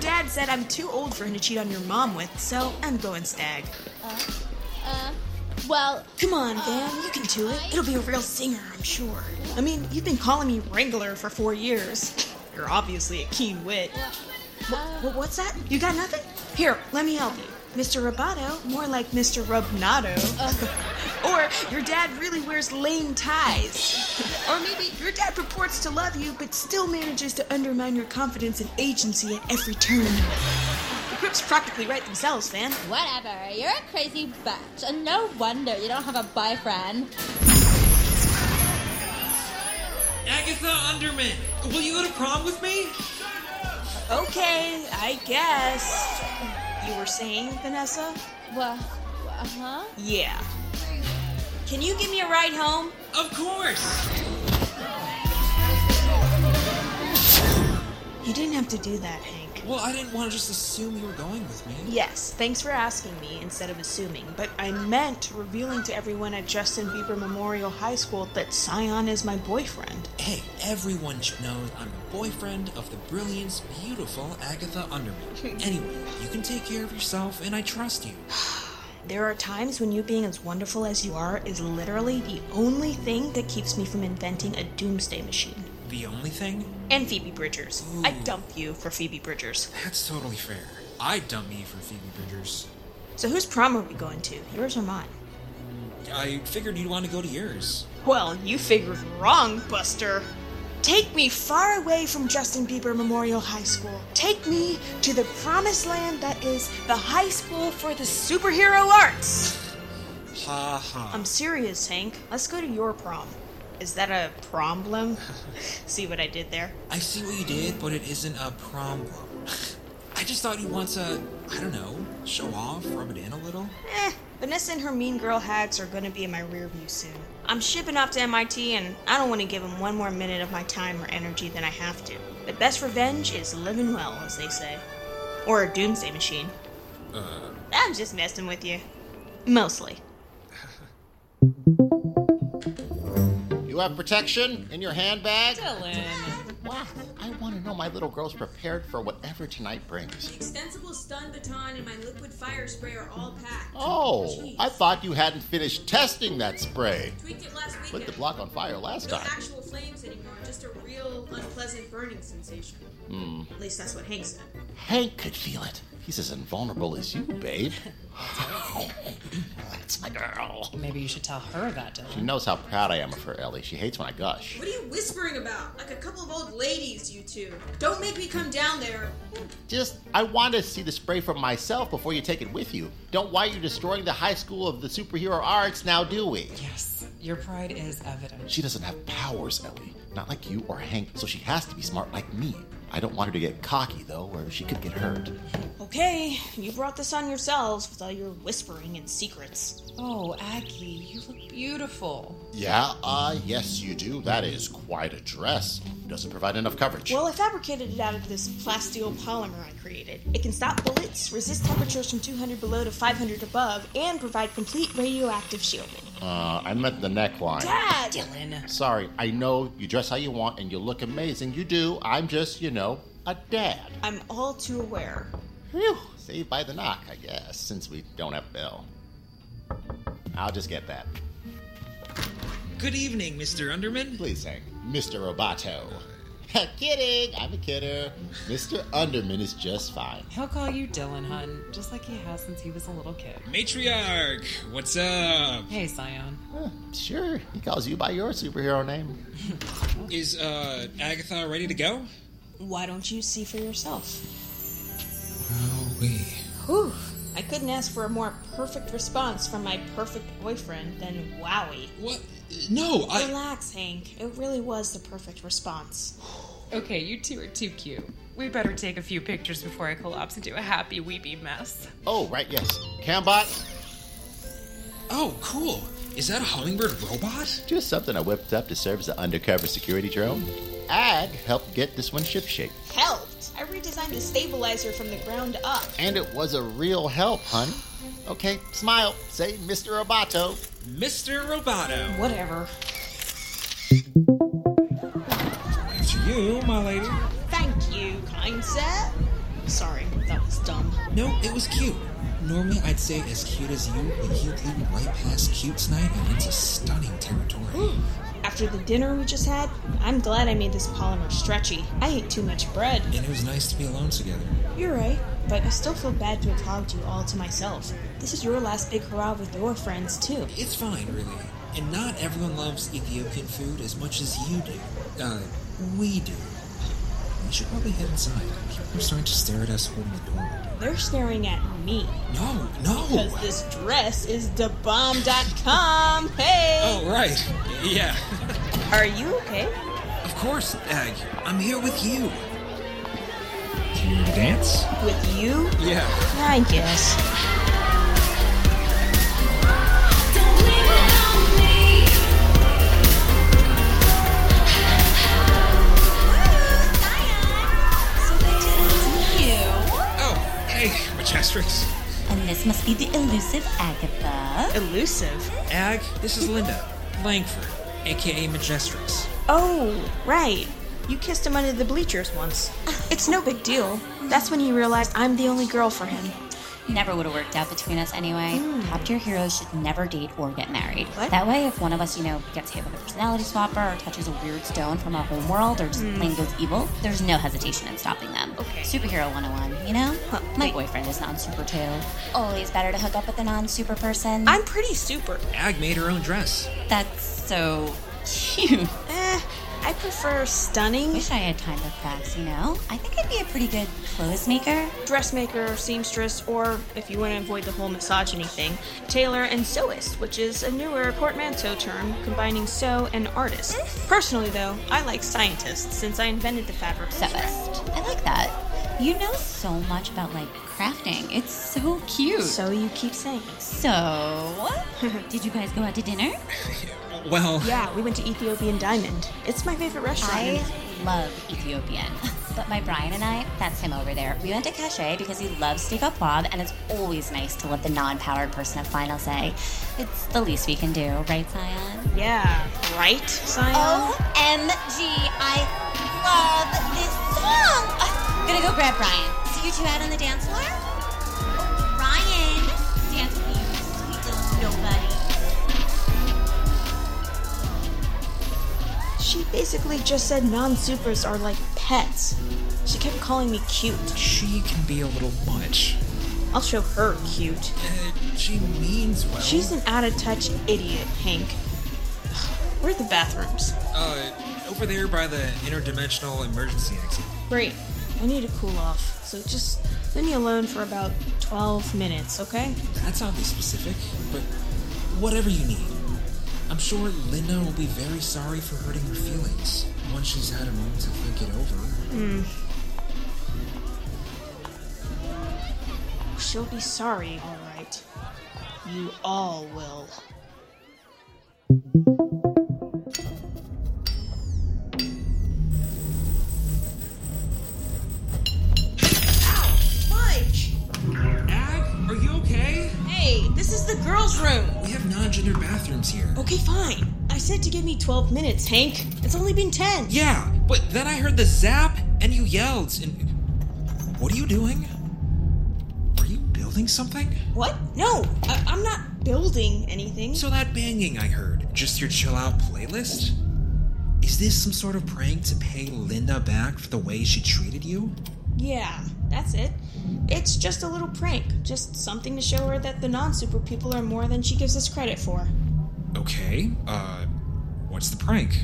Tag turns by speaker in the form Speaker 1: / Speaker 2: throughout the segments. Speaker 1: dad said I'm too old for him to cheat on your mom with, so I'm going stag.
Speaker 2: Uh, well,
Speaker 1: Come on, Van, you can do it. It'll be a real singer, I'm sure. I mean, you've been calling me Wrangler for four years. You're obviously a keen wit. Wh- wh- what's that? You got nothing? Here, let me help you. Mr. Roboto, more like Mr. Rubnato. or your dad really wears lame ties. or maybe your dad purports to love you, but still manages to undermine your confidence and agency at every turn. The Crips practically write themselves, Van.
Speaker 2: whatever. You're a crazy bitch, and no wonder you don't have a boyfriend.
Speaker 3: Agatha Underman, will you go to prom with me?
Speaker 1: Okay, I guess. You were saying, Vanessa?
Speaker 2: Well, uh huh.
Speaker 1: Yeah. Can you give me a ride home?
Speaker 3: Of course.
Speaker 1: You didn't have to do that, Hank.
Speaker 3: Well, I didn't want to just assume you were going with me.
Speaker 1: Yes, thanks for asking me instead of assuming, but I meant revealing to everyone at Justin Bieber Memorial High School that Scion is my boyfriend.
Speaker 3: Hey, everyone should know I'm the boyfriend of the brilliant, beautiful Agatha Underman. anyway, you can take care of yourself, and I trust you.
Speaker 1: There are times when you being as wonderful as you are is literally the only thing that keeps me from inventing a doomsday machine.
Speaker 3: The only thing?
Speaker 1: And Phoebe Bridgers. I dump you for Phoebe Bridgers.
Speaker 3: That's totally fair. I'd dump me for Phoebe Bridgers.
Speaker 1: So whose prom are we going to? Yours or mine?
Speaker 3: I figured you'd want to go to yours.
Speaker 1: Well, you figured wrong, Buster. Take me far away from Justin Bieber Memorial High School. Take me to the promised land that is the high school for the superhero arts.
Speaker 3: Ha ha.
Speaker 1: I'm serious, Hank. Let's go to your prom. Is that a problem? See what I did there?
Speaker 3: I see what you did, but it isn't a problem. I just thought you'd want to, I don't know, show off, rub it in a little.
Speaker 1: Eh, Vanessa and her mean girl hacks are gonna be in my rear view soon. I'm shipping off to MIT, and I don't want to give them one more minute of my time or energy than I have to. The best revenge is living well, as they say. Or a doomsday machine. I'm just messing with you. Mostly.
Speaker 4: You have protection in your handbag?
Speaker 5: Dylan.
Speaker 4: Wow, I want to know my little girl's prepared for whatever tonight brings.
Speaker 6: Extensible stun baton and my liquid fire spray are all packed.
Speaker 4: Oh, I thought you hadn't finished testing that spray.
Speaker 6: Tweaked it last weekend.
Speaker 4: Lit the block on fire last
Speaker 6: No
Speaker 4: time.
Speaker 6: actual flames anymore, just a real unpleasant burning sensation. At least that's what Hank said.
Speaker 4: Hank could feel it. He's as invulnerable as you, babe. That's my girl.
Speaker 5: Maybe you should tell her that, Dylan.
Speaker 4: She knows how proud I am of her, Ellie. She hates when I gush.
Speaker 6: What are you whispering about? Like a couple of old ladies, you two. Don't make me come down there.
Speaker 4: Just, I want to see the spray for myself before you take it with you. Don't why you're destroying the high school of the superhero arts now, do we?
Speaker 5: Yes, your pride is evident.
Speaker 4: She doesn't have powers, Ellie. Not like you or Hank, so she has to be smart like me. I don't want her to get cocky, though, or she could get hurt.
Speaker 1: Okay, you brought this on yourselves with all your whispering and secrets.
Speaker 5: Oh, Aggie, you look beautiful.
Speaker 4: Yeah, uh, yes, you do. That is quite a dress. Doesn't provide enough coverage.
Speaker 1: Well, I fabricated it out of this plasteel polymer I created. It can stop bullets, resist temperatures from 200 below to 500 above, and provide complete radioactive shielding.
Speaker 4: Uh, I meant the neckline.
Speaker 1: Dad!
Speaker 5: Dylan.
Speaker 4: Sorry, I know you dress how you want and you look amazing. You do. I'm just, you know, a dad.
Speaker 1: I'm all too aware.
Speaker 4: Phew. Saved by the knock, I guess, since we don't have Bill. I'll just get that.
Speaker 3: Good evening, Mr. Underman.
Speaker 4: Please hang. Mr. Roboto. Ha, kidding! I'm a kidder. Mr. Underman is just fine.
Speaker 5: He'll call you Dylan, hun, just like he has since he was a little kid.
Speaker 3: Matriarch, what's up?
Speaker 5: Hey, Scion.
Speaker 4: Huh, sure, he calls you by your superhero name.
Speaker 3: Is uh Agatha ready to go?
Speaker 1: Why don't you see for yourself?
Speaker 3: Oh we.
Speaker 1: Whew. I couldn't ask for a more perfect response from my perfect boyfriend than wowie.
Speaker 3: What? No, I.
Speaker 1: Relax, Hank. It really was the perfect response.
Speaker 5: Okay, you two are too cute. We better take a few pictures before I collapse into a happy, weepy mess.
Speaker 4: Oh, right, yes. Cambot,
Speaker 3: Oh, cool. Is that a hummingbird robot?
Speaker 4: just something I whipped up to serve as an undercover security drone. Ag helped get this one shipshape.
Speaker 1: Helped! I redesigned the stabilizer from the ground up.
Speaker 4: And it was a real help, honey. Okay, smile. Say Mr. Roboto.
Speaker 3: Mr. Roboto.
Speaker 1: Whatever.
Speaker 3: It's you, my lady.
Speaker 1: Thank you, kind sir. Sorry,
Speaker 3: No, it was cute. Normally, I'd say as cute as you, but you blew right past cute snipe and into stunning territory.
Speaker 1: After the dinner we just had, I'm glad I made this polymer stretchy. I ate too much bread.
Speaker 3: And it was nice to be alone together.
Speaker 1: You're right, but I still feel bad to have hogged you all to myself. This is your last big hurrah with your friends, too.
Speaker 3: It's fine, really. And not everyone loves Ethiopian food as much as you do. Uh, we do. We should probably head inside. People are starting to stare at us holding the door open.
Speaker 1: They're staring at me
Speaker 3: No, no!
Speaker 1: because this dress is debomb.com. Hey!
Speaker 3: Oh, right. Yeah.
Speaker 1: Are you okay?
Speaker 3: Of course, Ag. I'm here with you. Can you dance?
Speaker 1: With you?
Speaker 3: Yeah.
Speaker 1: I guess.
Speaker 7: Don't leave it on me. So they didn't see you.
Speaker 3: Oh, hey, Majestrix.
Speaker 8: And this must be the elusive Agatha.
Speaker 1: Elusive.
Speaker 3: Ag, this is Linda Langford, aka Majestrix.
Speaker 1: Oh, right. You kissed him under the bleachers once. It's no big deal. That's when he realized I'm the only girl for him.
Speaker 8: Never would have worked out between us anyway. Top tier heroes should never date or get married.
Speaker 1: Hmm. What?
Speaker 8: That way, if one of us, you know, gets hit with a personality swapper or touches a weird stone from our home world or just plain goes evil, there's no hesitation in stopping them.
Speaker 1: Hmm. Okay.
Speaker 8: Superhero 101, you know?
Speaker 1: Huh,
Speaker 8: My
Speaker 1: wait.
Speaker 8: boyfriend is non super too. Always better to hook up with a non super person.
Speaker 1: I'm pretty super.
Speaker 3: Ag made her own dress.
Speaker 8: That's so cute.
Speaker 1: Eh, I prefer stunning.
Speaker 8: Wish I had time to practice, you know? I think I'd be a pretty good clothes maker.
Speaker 1: dressmaker, seamstress, or if you want to avoid the whole misogyny thing, tailor and sewist, which is a newer portmanteau term combining sew and artist. Personally, though, I like scientists since I invented the fabric.
Speaker 8: sewist. I like that. You know so much about like crafting. It's so cute. So,
Speaker 1: So you keep saying.
Speaker 8: did you guys go out to dinner?
Speaker 3: Well,
Speaker 1: Yeah, we went to Ethiopian Diamond. It's my favorite restaurant.
Speaker 8: I love Ethiopian. But my Brian and I, that's him over there. We went to Cache because he loves steak au poivre, and it's always nice to let the non-powered person have final say. It's the least we can do, right, Zion?
Speaker 1: yeah, right, Sion?
Speaker 8: Omg, I love this song. Ah, gonna go grab Brian. See you two out on the dance floor. Brian, dance with you, sweet little nobody.
Speaker 1: She basically just said non-supers are like pets. She kept calling me cute.
Speaker 3: she can be a little much.
Speaker 1: I'll show her cute.
Speaker 3: Uh, she means well.
Speaker 1: She's an out of touch idiot, Hank. Where are the bathrooms?
Speaker 3: uh, over there by the interdimensional emergency exit.
Speaker 1: Great. I need to cool off, so just leave me alone for about 12 minutes, okay?
Speaker 3: That's oddly specific, but whatever you need. I'm sure Linda will be very sorry for hurting her feelings once she's had a moment to think it over.
Speaker 1: She'll be sorry, alright. You all will.
Speaker 6: Ow! Fudge!
Speaker 3: Ag, are you okay?
Speaker 6: Hey, this is the girls' room.
Speaker 3: We have non-gender bathrooms here.
Speaker 1: Okay, fine. I said to give me 12 minutes, Hank. It's only been 10.
Speaker 3: Yeah, but then I heard the zap and you yelled and what are you doing? Are you building something?
Speaker 1: What? No, I- I'm not building anything.
Speaker 3: So that banging I heard, just your chill out playlist? Is this some sort of prank to pay Linda back for the way she treated you?
Speaker 1: Yeah, that's it. It's just a little prank, just something to show her that the non super people are more than she gives us credit for.
Speaker 3: Okay, uh, what's the prank?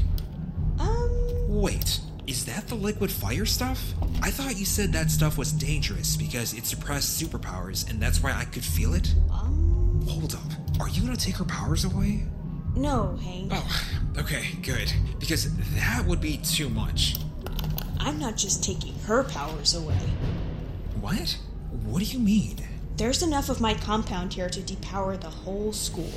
Speaker 1: Um,
Speaker 3: Wait, is that the liquid fire stuff? I thought you said that stuff was dangerous because it suppressed superpowers and that's why I could feel it?
Speaker 1: um,
Speaker 3: Hold up, are you gonna take her powers away?
Speaker 1: no, Hank.
Speaker 3: Oh, okay, good. Because that would be too much.
Speaker 1: I'm not just taking her powers away.
Speaker 3: What? What do you mean?
Speaker 1: There's enough of my compound here to depower the whole school.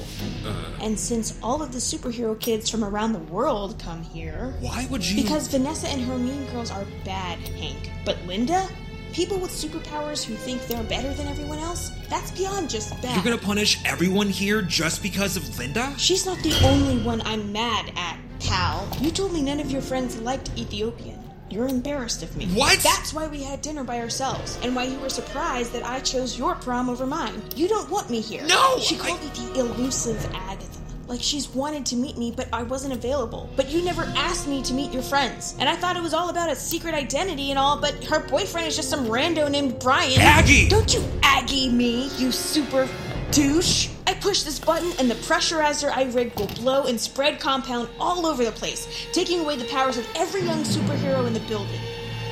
Speaker 3: Uh.
Speaker 1: And since all of the superhero kids from around the world come here.
Speaker 3: Why would you?
Speaker 1: Because Vanessa and her mean girls are bad, Hank. But Linda? People with superpowers who think they're better than everyone else? That's beyond just bad.
Speaker 3: You're gonna punish everyone here just because of Linda?
Speaker 1: She's not the only one I'm mad at, pal. You told me none of your friends liked Ethiopian. You're embarrassed of me.
Speaker 3: What?
Speaker 1: That's why we had dinner by ourselves, and why you were surprised that I chose your prom over mine. You don't want me here.
Speaker 3: No,
Speaker 1: She
Speaker 3: I-
Speaker 1: called me the elusive Agatha. Like she's wanted to meet me, but I wasn't available. But you never asked me to meet your friends, and I thought it was all about a secret identity and all. But her boyfriend is just some rando named Brian.
Speaker 3: Aggie!
Speaker 1: Don't you Aggie me, you super douche! I push this button and the pressurizer I rigged will blow and spread compound all over the place, taking away the powers of every young superhero in the building.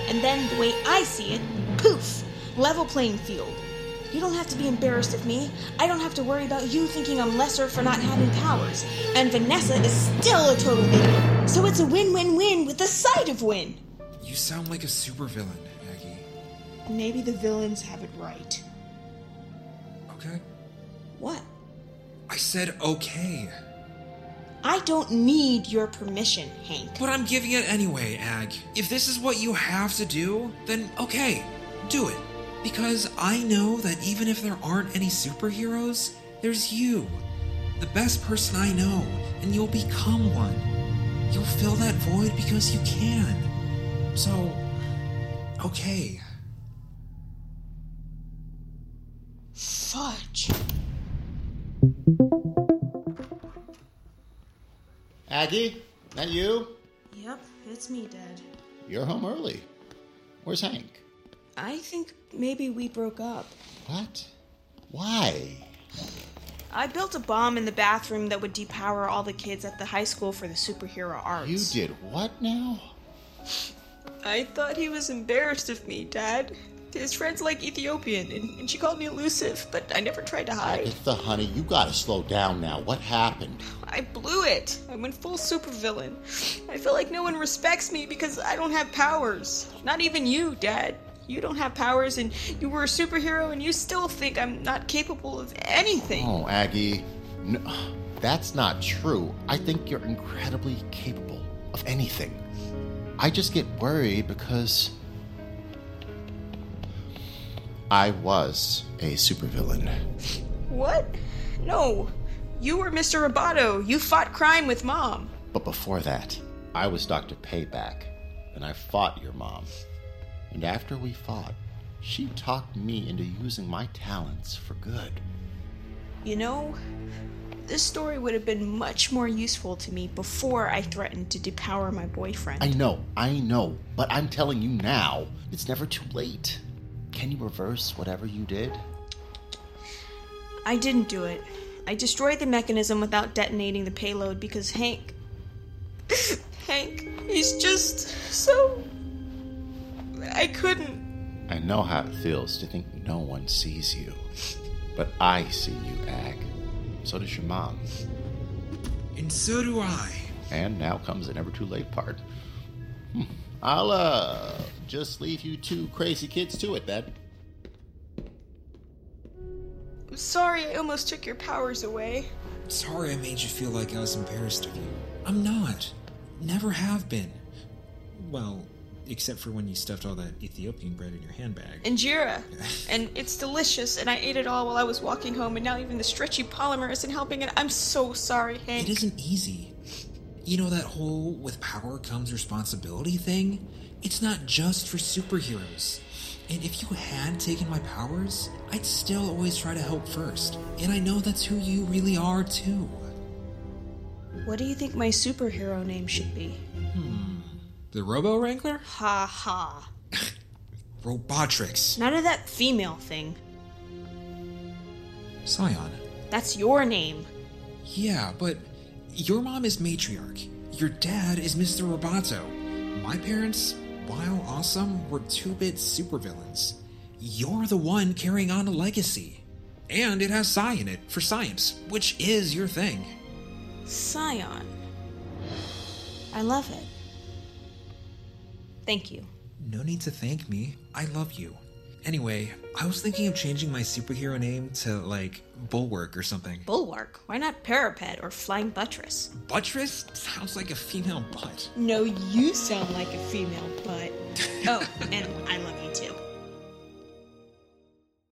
Speaker 1: And then, the way I see it, poof! Level playing field. You don't have to be embarrassed of me. I don't have to worry about you thinking I'm lesser for not having powers. And Vanessa is still a total idiot. So it's a win win win with the side of win.
Speaker 3: You sound like a supervillain, Aggie.
Speaker 1: Maybe the villains have it right.
Speaker 3: Okay?
Speaker 1: What?
Speaker 3: I said okay.
Speaker 1: I don't need your permission, Hank.
Speaker 3: But I'm giving it anyway, Ag. If this is what you have to do, then okay, do it. Because I know that even if there aren't any superheroes, there's you. The best person I know, and you'll become one. You'll fill that void because you can. So, okay.
Speaker 1: Fudge.
Speaker 4: Aggie, that you?
Speaker 6: Yep, it's me, Dad.
Speaker 4: You're home early. Where's Hank?
Speaker 1: I think maybe we broke up.
Speaker 4: What? Why?
Speaker 1: I built a bomb in the bathroom that would depower all the kids at the high school for the superhero arts.
Speaker 4: You did what now?
Speaker 1: I thought he was embarrassed of me, Dad. His friend's like Ethiopian, and, and she called me elusive, but I never tried to hide.
Speaker 4: Agatha, honey, you gotta slow down now. What happened?
Speaker 1: I blew it. I went full supervillain. I feel like no one respects me because I don't have powers. Not even you, Dad. You don't have powers, and you were a superhero, and you still think I'm not capable of anything.
Speaker 4: Oh, Aggie, no, that's not true. I think you're incredibly capable of anything. I just get worried because I was a supervillain.
Speaker 1: What? No. You were Mr. Roboto. You fought crime with Mom.
Speaker 4: But before that, I was Dr. Payback, and I fought your mom. And after we fought, she talked me into using my talents for good.
Speaker 1: You know, this story would have been much more useful to me before I threatened to depower my boyfriend.
Speaker 4: I know, I know, but I'm telling you now, it's never too late. Can you reverse whatever you did?
Speaker 1: I didn't do it. I destroyed the mechanism without detonating the payload because Hank. Hank, he's just so. I couldn't.
Speaker 4: I know how it feels to think no one sees you. But I see you, Ag. So does your mom.
Speaker 3: And so do I.
Speaker 4: And now comes the never too late part. Hmm. I'll uh, just leave you two crazy kids to it then.
Speaker 1: I'm sorry I almost took your powers away.
Speaker 3: Sorry I made you feel like I was embarrassed of you. I'm not. Never have been. Well, except for when you stuffed all that Ethiopian bread in your handbag.
Speaker 1: Injera. And it's delicious, and I ate it all while I was walking home, and now even the stretchy polymer isn't helping it. I'm so sorry, Hank.
Speaker 3: It isn't easy. You know that whole with power comes responsibility thing? It's not just for superheroes. And if you had taken my powers, I'd still always try to help first. And I know that's who you really are, too.
Speaker 1: What do you think my superhero name should be?
Speaker 3: The Robo Wrangler?
Speaker 1: Ha ha.
Speaker 3: Robotrix.
Speaker 1: None of that female thing.
Speaker 3: Scion.
Speaker 1: That's your name.
Speaker 3: Yeah, but your mom is matriarch. Your dad is Mr. Roboto. My parents, while awesome, were two bit supervillains. You're the one carrying on a legacy. And it has Psi in it for science, which is your thing.
Speaker 1: Scion. I love it. Thank you.
Speaker 3: No need to thank me. I love you. Anyway, I was thinking of changing my superhero name to, like, Bulwark or something.
Speaker 1: Bulwark. Why not parapet or flying buttress?
Speaker 3: Buttress sounds like a female butt.
Speaker 1: No, you sound like a female butt. Oh, and I love you too.